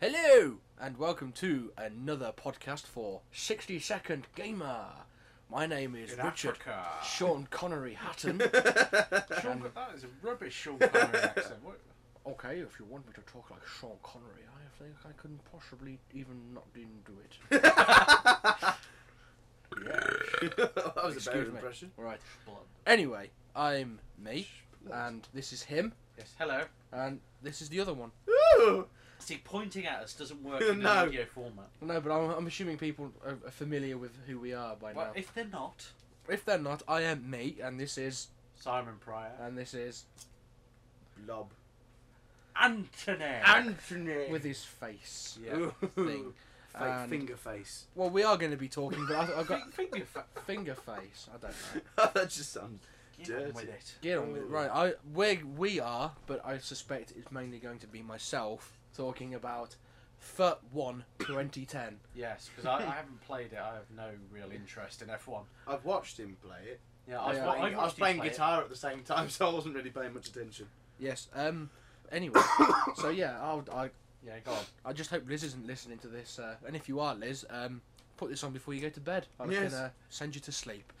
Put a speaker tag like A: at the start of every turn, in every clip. A: Hello and welcome to another podcast for 60 Second Gamer. My name is
B: In
A: Richard
B: Africa.
A: Sean Connery Hatton.
B: Sean,
A: Um,
B: that is a rubbish Sean Connery accent. What,
A: okay, if you want me to talk like Sean Connery, I think I can possibly even not even do it. yeah.
C: that was a
A: Excuse
C: better
A: me.
C: impression.
A: Right. Anyway, I'm me, and this is him,
D: Yes, hello.
A: and this is the other one.
C: Ooh!
D: See, pointing at us doesn't work in
C: No.
D: an audio format.
A: No, but I'm, I'm assuming people are are familiar with who we are by
D: Well,
A: now.
D: if they're not,
A: If they're not, I am me, and this is,
D: Simon Pryor,
A: and this is
C: Blob.
D: Anthony,
C: Anthony!
A: with his face.
D: yeah.
C: Ooh.
A: thing.
C: Fake
A: And-
C: finger face.
A: Well, we are going to be talking, but I, I've got
D: Fi- finger fa-
A: finger face. I don't know.
C: that just sounds.
D: Get on with
C: Dirty.
D: it.
A: Get on with it.
C: Ooh.
A: Right, I we we are, but I suspect it's mainly going to be myself talking about FUT One 2010.
D: Yes, because I, I haven't played it. I have no real interest in F1.
C: I've watched him play it.
D: Yeah,
A: I
D: I,
A: was
D: have
A: playing-
C: I was playing guitar at the same time, so I wasn't really paying much attention.
A: Yes. Um. Anyway, so yeah, I'll, I
D: Yeah, go on.
A: I just hope Liz isn't listening to this, uh, and if you are, Liz, um, put this on before you go to bed. I'm
C: Yes.
A: gonna send you to sleep.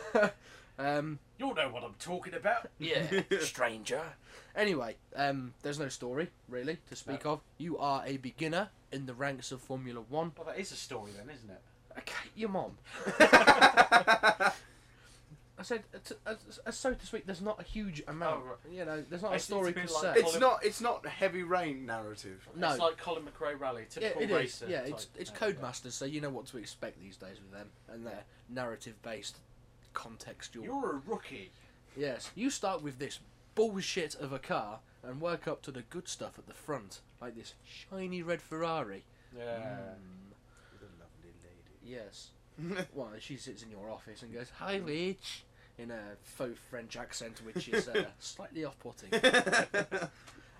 A: um.
D: You'll know what I'm talking about.
A: Yeah, stranger. Anyway, um, there's no story really to speak of. You are a beginner in the ranks of Formula One.
D: Well, that is a story then, isn't it?
A: Okay, your mom. I said, t- uh, uh, so to speak, there's not a huge amount.
D: Oh,
A: You know, there's not a
D: It's-
A: story
D: it's a
A: per
D: bit
A: se.
D: like-
C: it's not. It's not heavy rain narrative.
A: No.
D: It's like Colin McRae Rally,
A: yeah,
D: typical
A: it is.
D: racer.
A: Yeah,
D: type
A: it's it's
D: thing, but-
A: Codemasters, so you know what to expect these days with them and their narrative-based, contextual.
D: You're a rookie.
A: Yes, you start with this bullshit of a car and work up to the good stuff at the front, like this shiny red Ferrari. Mm,
D: Yeah.
C: With a lovely lady.
A: Yes. Well, she sits in your office and goes, "Hi, Rich," in a faux French accent, which is uh, slightly off-putting.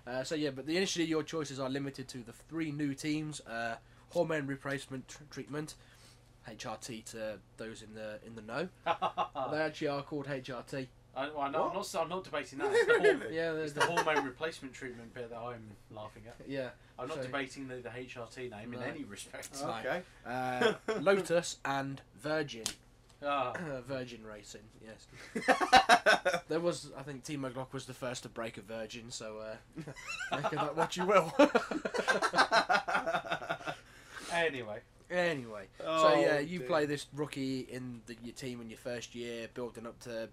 A: Uh, so yeah, but the, initially your choices are limited to the three new teams: uh, hormone replacement tr- treatment, HRT to those in the in the know.
D: I,
A: They actually are called HRT.
D: well, I know- I'm
C: What?
D: not. I'm not debating that. It's the whole-
C: Really?
A: Yeah, there's
D: It's the hormone replacement treatment bit that I'm laughing at.
A: yeah.
D: I'm not
A: So-
D: debating the, the HRT name in
A: No.
D: any respect.
A: Oh.
C: okay.
A: Uh, Lotus and Virgin, Uh.
D: Ah,
A: Virgin Racing. Yes, there was. I think Team McGlock was the first to break a Virgin, so uh, make of that what you will.
D: anyway,
A: anyway, so
C: Oh,
A: yeah, you
C: dear.
A: play this rookie in the, your team in your first year, building up to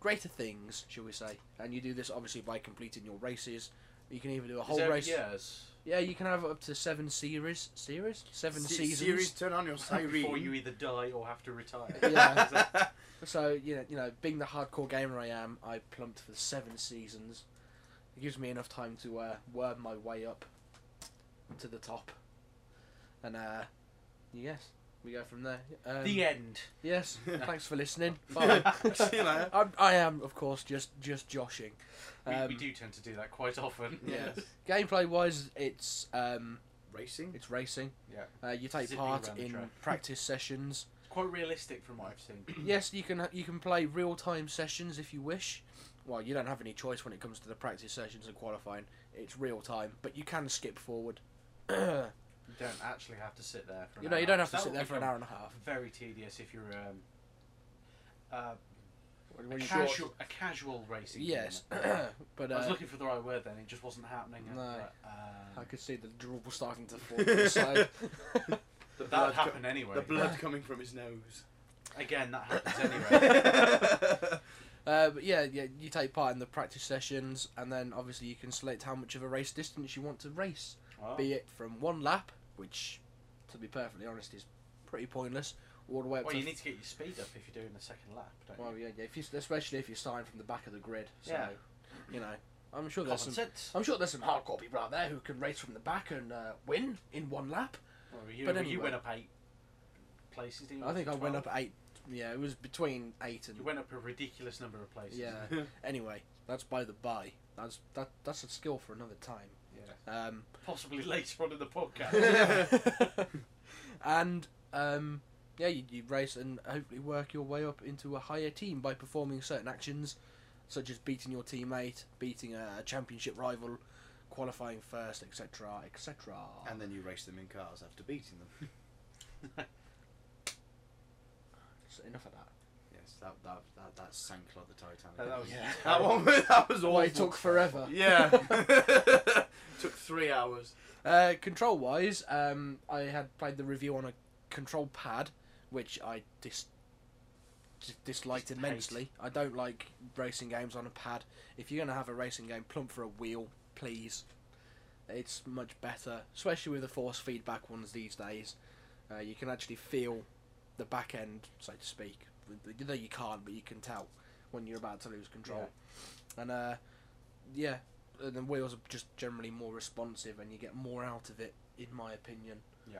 A: greater things, shall we say? And you do this obviously by completing your races. You can either do a
D: is
A: whole
D: there
A: race.
D: years
A: Yeah, you can have up to seven series, series, seven
C: Se-
A: seasons.
C: Series, turn on your siren.
D: before you either die or have to retire.
A: Yeah. So you know, you know, being the hardcore gamer I am, I plumped for seven seasons. It gives me enough time to uh, worm my way up to the top, and uh, yes, we go from there. Um,
D: the end.
A: Yes, thanks for listening. Bye.
C: See you later.
A: I'm, I am, of course, just just joshing.
D: We,
A: Um,
D: we do tend to do that quite often.
A: Yeah. Gameplay wise, it's um,
C: Racing.
A: it's racing.
D: Yeah.
A: Uh, you take
D: Zipping
A: part
D: around the
A: in
D: track.
A: practice sessions.
D: It's quite realistic from what I've seen.
A: Yes, you can you can play real time sessions if you wish. Well, you don't have any choice when it comes to the practice sessions and qualifying. It's real time, but you can skip forward. you know,
D: You don't actually have to sit there for an hour,
A: you don't have to
D: so that
A: sit
D: would
A: there for an
D: become
A: hour and a half.
D: Very tedious if you're um, uh,
A: When-
D: a,
A: when you're short-
D: casual, a casual racing. gamer.
A: Yes, but
D: I was
A: uh,
D: looking for the right word then, it just wasn't happening.
A: No.
D: Uh,
A: I could see the drool starting to fall to the side.
C: The
D: that
C: blood,
D: would
C: co-
D: happen anyway.
C: the blood coming from his nose.
D: Again, that happens anyway.
C: anyway.
A: Uh, but yeah, yeah, you take part in the practice sessions, and then obviously you can select how much of a race distance you want to race.
D: Oh.
A: Be it from one lap, which, to be perfectly honest, is pretty pointless, all the way up
D: Well,
A: to
D: you need to get your speed up if you're doing the second lap, don't
A: Well,
D: you?
A: yeah, yeah. If you, especially if you're starting from the back of the grid, so
D: Yeah.
A: you know, I'm sure there's
D: Common
A: some. Oh,
D: sense.
A: I'm sure there's some hardcore people out there who can race from the back and uh, win in one lap.
D: Well, you,
A: but
D: you
A: anyway.
D: went up eight places, didn't you?
A: I think I went
D: 12?
A: up eight. Yeah, it was between eight and
D: You went up a ridiculous number of places.
A: yeah. anyway, that's by the by. That's that. That's a skill for another time.
D: Yeah.
A: Um,
D: Possibly later on in the podcast.
A: and um, yeah, you, you race and hopefully work your way up into a higher team by performing certain actions, such as beating your teammate, beating a championship rival, qualifying first, etc., etc.
C: And then you race them in cars after beating them.
A: So enough of that.
C: Yes, that that that, that sank like the Titanic.
D: That- that was-
B: Yeah.
C: that one. That was awful.
A: Why it took forever.
C: Yeah. took three hours.
A: Uh, control wise, um, I had played the review on a control pad, which I dis- dis- disliked
D: Just hate.
A: immensely. I don't like racing games on a pad. If you're going to have a racing game, plump for a wheel, please. It's much better, especially with the force feedback ones these days. Uh, you can actually feel the back end, so to speak. You know you can't, but you can tell when you're about to lose control. And uh, yeah, and the wheels are just generally more responsive, and you get more out of it, in my opinion.
D: Yeah.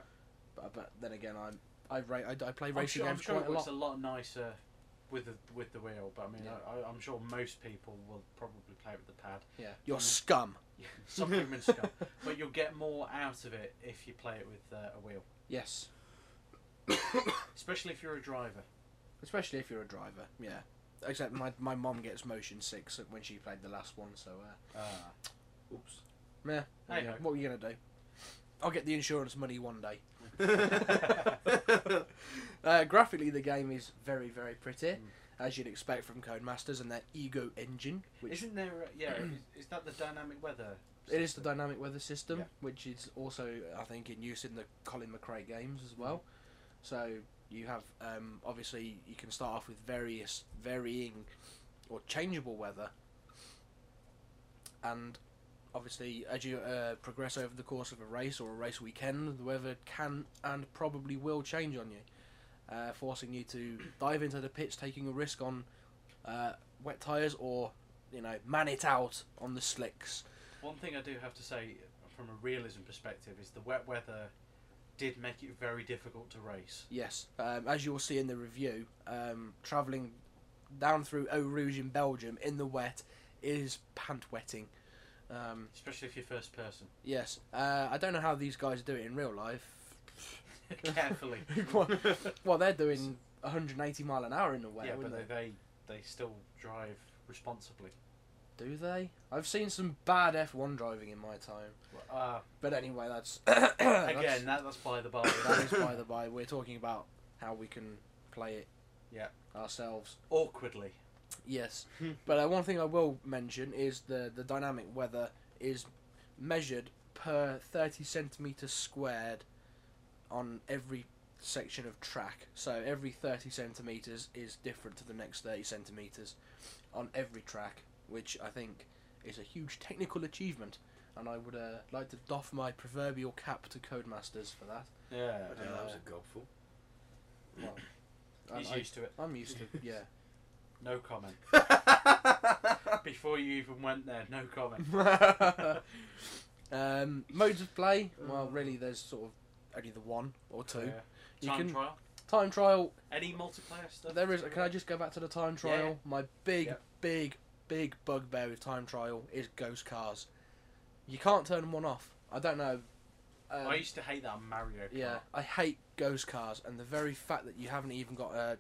A: But, uh, but then again, I'm I ra- I, I play
D: I'm
A: racing
D: sure, I'm
A: games
D: sure
A: quite
D: it
A: a
D: looks
A: lot.
D: a lot nicer with the with the wheel, but I mean,
A: Yeah.
D: I, I, I'm sure most people will probably play with the pad.
A: Yeah. You're scum.
D: Some human scum, but you'll get more out of it if you play it with uh, a wheel,
A: Yes.
D: especially if you're a driver.
A: Especially if you're a driver. Yeah. Except my my mom gets motion sick so- when she played the last one, so uh,
D: Uh,
C: Oops.
A: yeah.
D: Hey
A: yeah.
D: ho.
A: What are you gonna do? I'll get the insurance money one day. Ah. Uh, graphically, the game is very very pretty,
D: Mm.
A: as you'd expect from Codemasters and their Ego engine, which
D: Isn't there? A, yeah, is, is that the dynamic weather?
A: It is the
D: system?
A: dynamic weather system,
D: Yeah.
A: which is also, I think, in use in the Colin McRae games as well. So you have, um, obviously, you can start off with various, varying, or changeable weather, and obviously, as you uh, progress over the course of a race or a race weekend, the weather can and probably will change on you, uh, forcing you to dive into the pits, taking a risk on uh, wet tires or you know man it out on the slicks.
D: One thing I do have to say, uh, from a realism perspective, is the wet weather did make it very difficult to race.
A: Yes, um, as you will see in the review, um, travelling down through Eau Rouge in Belgium in the wet is pant wetting. Um,
D: Especially if you're first person.
A: yes, uh, I don't know how these guys do it in real life.
D: Carefully.
A: well, well, they're doing 180 mile an hour in the wet,
D: yeah,
A: wouldn't
D: but they, they they still drive responsibly.
A: they? Do they? I've seen some bad F1 driving in my time.
D: Uh,
A: But anyway, that's
D: again, that, that's by the by.
A: that is by the by. We're talking about how we can play it.
D: Yeah.
A: Ourselves.
D: awkwardly.
A: Yes, but uh, one thing I will mention is the the dynamic weather is measured per thirty centimeters squared on every section of track. So every thirty centimeters is different to the next thirty centimeters on every track, which I think is a huge technical achievement. And I would uh, like to doff my proverbial cap to Codemasters for that.
D: Yeah.
C: I don't know, Uh, that was a gobful.
A: And
D: He's
A: I,
D: used to it.
A: I'm used to yeah.
D: No comment. Before you even went there, no comment.
A: um, modes of play. Well, really, there's sort of only the one or two.
D: Yeah.
A: You
D: Time
A: can
D: trial.
A: time trial.
D: Any multiplayer stuff?
A: There is. Can I just go back to the time
D: Yeah,
A: trial? My big,
D: Yeah.
A: big, big bugbear with time trial is ghost cars. You can't turn one off. I don't know. Um,
D: I used to hate that on Mario Kart.
A: yeah, I hate ghost cars, and the very fact that you haven't even got a,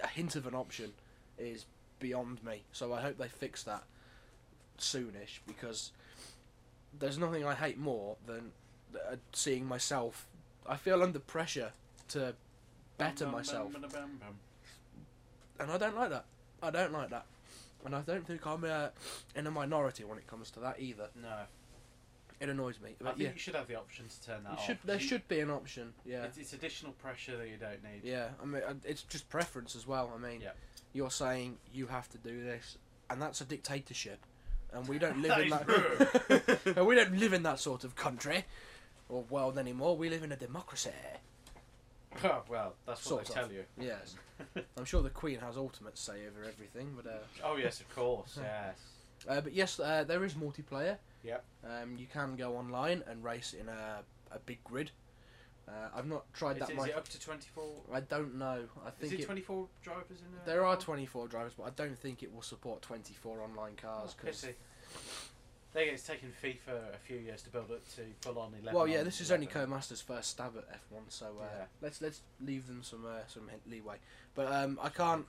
A: a hint of an option is beyond me. So I hope they fix that soonish because there's nothing I hate more than uh, seeing myself. I feel under pressure to better
D: Bum, bum,
A: myself,
D: bum, bum, bum.
A: and I don't like that. I don't like that, and I don't think I'm uh, in a minority when it comes to that either.
D: No.
A: It annoys me.
D: I
A: But
D: think
A: yeah,
D: you should have the option to turn that
A: it
D: off.
A: should, there
D: You-
A: should be an option. Yeah.
D: It's, it's additional pressure that you don't need.
A: Yeah, I mean, uh, it's just preference as well. I mean,
D: Yeah.
A: you're saying you have to do this, and that's a dictatorship, and we don't live
D: That
A: in
D: is
A: that. and we don't live in that sort of country or world anymore. We live in a democracy.
D: well, that's
A: Sort
D: what they
A: of.
D: tell you.
A: Yes, I'm sure the Queen has ultimate say over everything, but uh,
D: oh yes, of course. Yes.
A: uh, but yes, uh, there is multiplayer.
D: Yep.
A: Um, you can go online and race in a a big grid. Uh, I've not tried
D: Is,
A: that
D: is
A: much.
D: it up to twenty four?
A: I don't know. I
D: Is
A: think
D: it
A: it-
D: twenty four drivers in there?
A: There are 24 drivers, but I don't think it will support 24 online
D: Oh,
A: cars. 'cause-
D: Pissy. They it's taken FIFA a few years to build up to full on eleven.
A: well, yeah,
D: on
A: this is only
D: 11.
A: Co-Master's first stab at F1, so uh,
D: Yeah.
A: let's let's leave them some uh, some hint- leeway. But um, I can't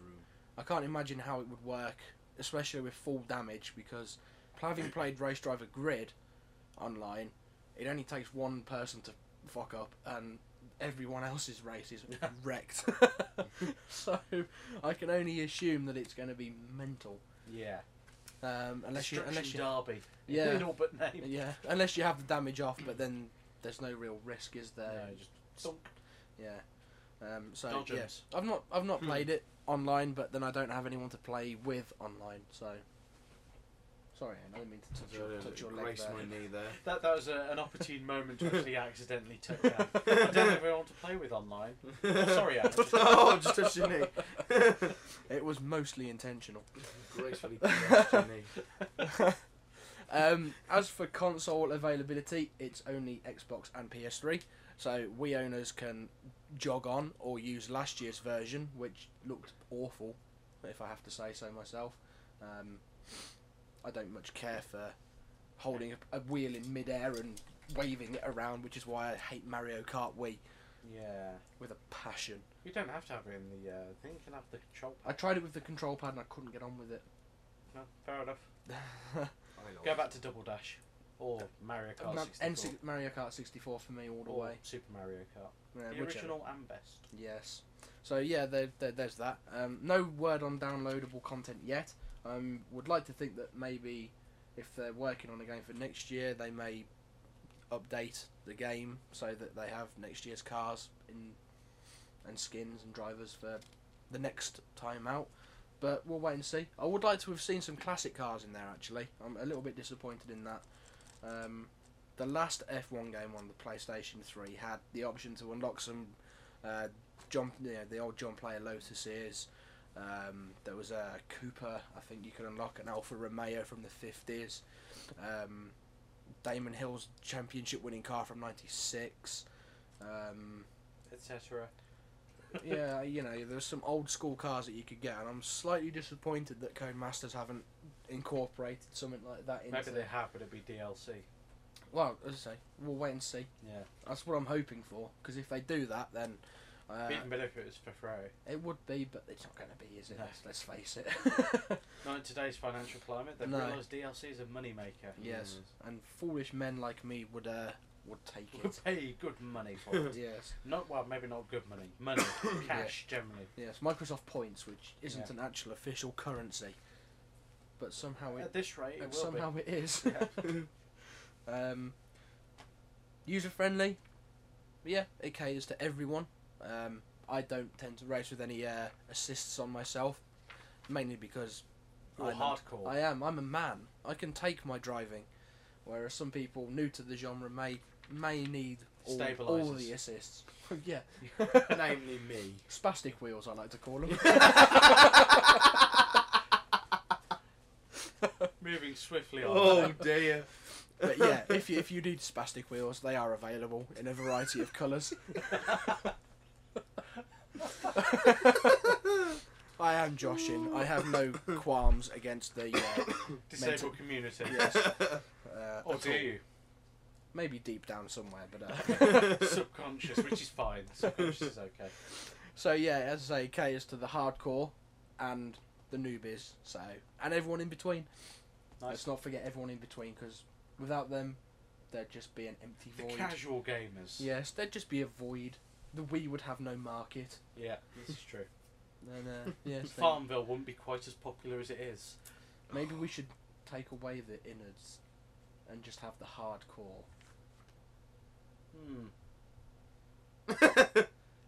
A: I can't imagine how it would work, especially with full damage, because having played Race Driver Grid, online, it only takes one person to fuck up, and everyone else's race is wrecked. so I can only assume that it's going to be mental.
D: Yeah.
A: Um, unless you, unless you,
D: Derby.
A: Yeah.
D: In all but name.
A: yeah, unless you have the damage off, but then there's no real risk, is there?
D: No, just sunk.
A: Yeah. Um, so
D: Dodgems.
A: yeah. I've not I've not
C: Hmm.
A: played it online, but then I don't have anyone to play with online. So sorry, Ian, I didn't mean to touch your, touch your leg
C: Grace
A: there.
C: my knee there.
D: That, that was a, an opportune moment to actually accidentally touch down. I don't have anyone to play with online. Oh, sorry, Adam.
C: oh, I just touched your knee.
A: It was mostly intentional.
C: Gracefully touched your knee.
A: um, as for console availability, it's only Xbox and PS3. So we owners can jog on or use last year's version, which looked awful, if I have to say so myself. Um, I don't much care for holding a, a wheel in midair and waving it around, which is why I hate Mario Kart Wii
D: Yeah.
A: with a passion.
D: You don't have to have it in the uh, thing. You can have the control
A: I tried it with the control pad and I couldn't get on with
D: No, fair enough.
A: it.
D: Go back to Double Dash or Mario Kart
A: Ma-
D: 64
A: N6 Mario Kart 64 for me all the
D: or
A: way.
D: Super Mario Kart.
A: Yeah,
D: the
A: whichever.
D: original and best.
A: Yes. So yeah, there, there, there's that. Um, no word on downloadable content yet. Um, would like to think that maybe if they're working on a game for next year, they may update the game so that they have next year's cars in, and skins and drivers for the next time out. But we'll wait and see. I would like to have seen some classic cars in there actually. I'm a little bit disappointed in that. Um, the last F1 game on the PlayStation 3 had the option to unlock some uh, John, you know, the old John Player Lotuses. Um, there was a Cooper, I think you could unlock an Alfa Romeo from the fifties. Um, Damon Hill's championship-winning car from '96. Um,
D: Etc.
A: yeah, you know, there's some old school cars that you could get, and I'm slightly disappointed that Codemasters haven't incorporated something like that into.
D: Maybe they have, but it'd be DLC.
A: Well, as I say, we'll wait and see.
D: Yeah.
A: That's what I'm hoping for, because if they do that, then. Uh,
D: Even better if it was for free.
A: It would be, but it's not going to be, is it?
D: No.
A: Let's, let's face it.
D: Not in today's financial climate. They've
A: No.
D: realised DLC is a moneymaker.
A: yes, and foolish men like me would uh would take
D: Would
A: it.
D: pay good money for it.
A: yes,
D: Not well, maybe not good money. Money, cash generally.
A: yes. Microsoft points, which isn't
D: Yeah.
A: an actual official currency, but somehow it
D: At this rate, Uh,
A: but
D: it will
A: somehow it is.
D: Yeah.
A: um, user friendly. Yeah, it caters to everyone. Um, I don't tend to race with any uh, assists on myself, mainly because
D: be. Or
A: I'm-
D: hardcore.
A: I am. I'm a man. I can take my driving, whereas some people new to the genre may may need all, all
D: Stabilisers.
A: the assists. yeah,
C: Namely me.
A: spastic wheels. I like to call them.
D: Moving swiftly on.
C: Oh dear.
A: but yeah, if you if you need spastic wheels, they are available in a variety of colours. Oh. I am joshing. I have no qualms against the uh,
D: Disabled
A: mental-
D: community.
A: yes. Uh,
D: Or
A: at
D: do
A: all.
D: you?
A: Maybe deep down somewhere, but. Uh,
D: Subconscious, which is fine. Subconscious is okay.
A: So yeah, as I say, K is to the hardcore and the newbies. So and everyone in between.
D: Nice.
A: Let's not forget everyone in between because without them, there'd just be an empty
D: The
A: void.
D: casual gamers.
A: yes, there'd just be a void. The Wii would have no market.
D: Yeah, this is true.
A: And uh, yes, they-
D: Farmville wouldn't be quite as popular as it is.
A: maybe we should take away the innards and just have the hardcore.
D: Hmm.
C: that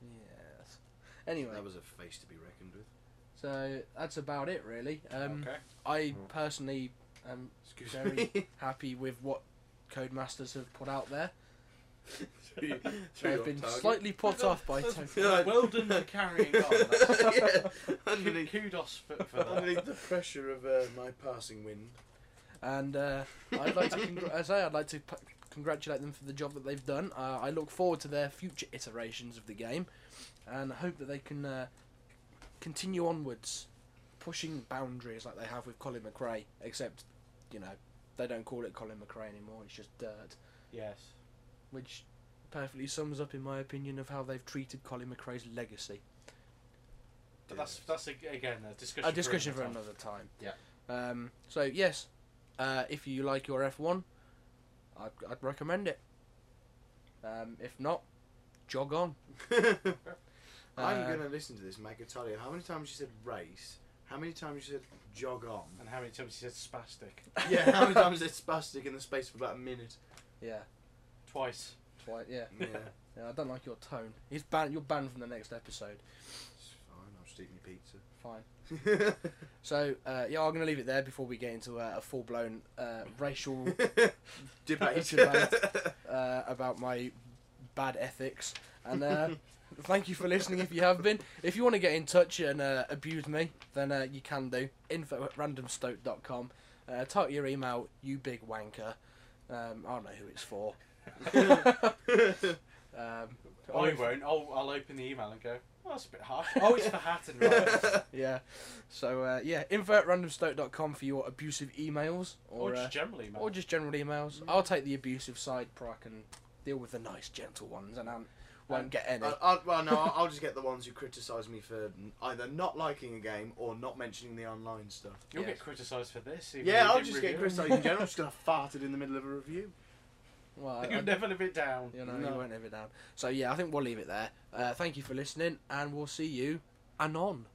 A: Yes. Anyway,
C: was a face to be reckoned with.
A: so that's about it really. Um,
D: okay.
A: I
C: Mm.
A: personally am
C: Excuse
A: Very-
C: me.
A: happy with what Codemasters have put out there.
C: Through- through
A: They've
C: your
A: been
C: target.
A: slightly put off by
D: That's-
A: Tony.
C: Yeah.
D: Well done for carrying on.
C: yeah, underneath,
D: Kudos for, for that.
C: underneath the pressure of uh, my passing wind.
A: And uh, I'd like to, congr- as I, say, I'd like to p- congratulate them for the job that they've done. Uh, I look forward to their future iterations of the game, and I hope that they can uh, continue onwards, pushing boundaries like they have with Colin McRae. Except, you know, they don't call it Colin McRae anymore. It's just Dirt,
D: Yes.
A: which perfectly sums up, in my opinion, of how they've treated Colin McRae's legacy.
D: But that's that's a, again a discussion.
A: a discussion for
D: for
A: another time.
D: Yeah.
A: Um, so yes, uh, if you like your F one, I'd, I'd recommend it. Um, if not, jog on.
C: I'm
A: Uh,
C: going to listen to this and make a tally of how many times you said race, how many times you said jog on,
D: And how many times he said spastic?
C: yeah, how many times you said spastic in the space of about a minute.
A: Yeah,
D: Twice.
A: twice. Yeah.
C: Yeah,
A: yeah. I don't like your tone. He's ban- You're banned from the next episode.
C: it's fine, I'll just eat my pizza.
A: Fine. So uh, yeah, I'm gonna leave it there before we get into uh, a full blown uh, racial
C: Debate.
A: Debate. uh, about my bad ethics. And uh, thank you for listening if you have been. If you want to get in touch and uh, abuse me, then uh, you can do. Info at randomstoke.com. Uh, type your email, you big wanker. Um, I don't know who it's for. um,
D: I
A: if-
D: Oh, won't. I'll, I'll open the email and go, well, that's a bit harsh. Oh, it's for Hatton, right?
A: yeah. So, uh, yeah, info at randomstoke.com for your abusive emails. Or,
D: Or
A: uh,
D: just Mm. generally, man.
A: or just general emails. I'll take the abusive side, but I can deal with the nice, gentle ones, and I
D: Uh,
A: won't get any.
C: I, I, well, no, I'll- I'll just get the ones who criticise me for n- either not liking a game or not mentioning the online stuff.
D: You'll
A: Yes.
D: get criticised for this. even though
C: Yeah,
D: you
C: I'll
D: didn't
C: just get
D: review it.
C: criticised in general. I'm just going to fart it in the middle of a review.
A: Well, I-
D: You'll
A: I-
D: never live it down.
A: You know,
C: No.
A: you won't live it down. So yeah, I think we'll leave it there. Uh, thank you for listening, and we'll see you anon.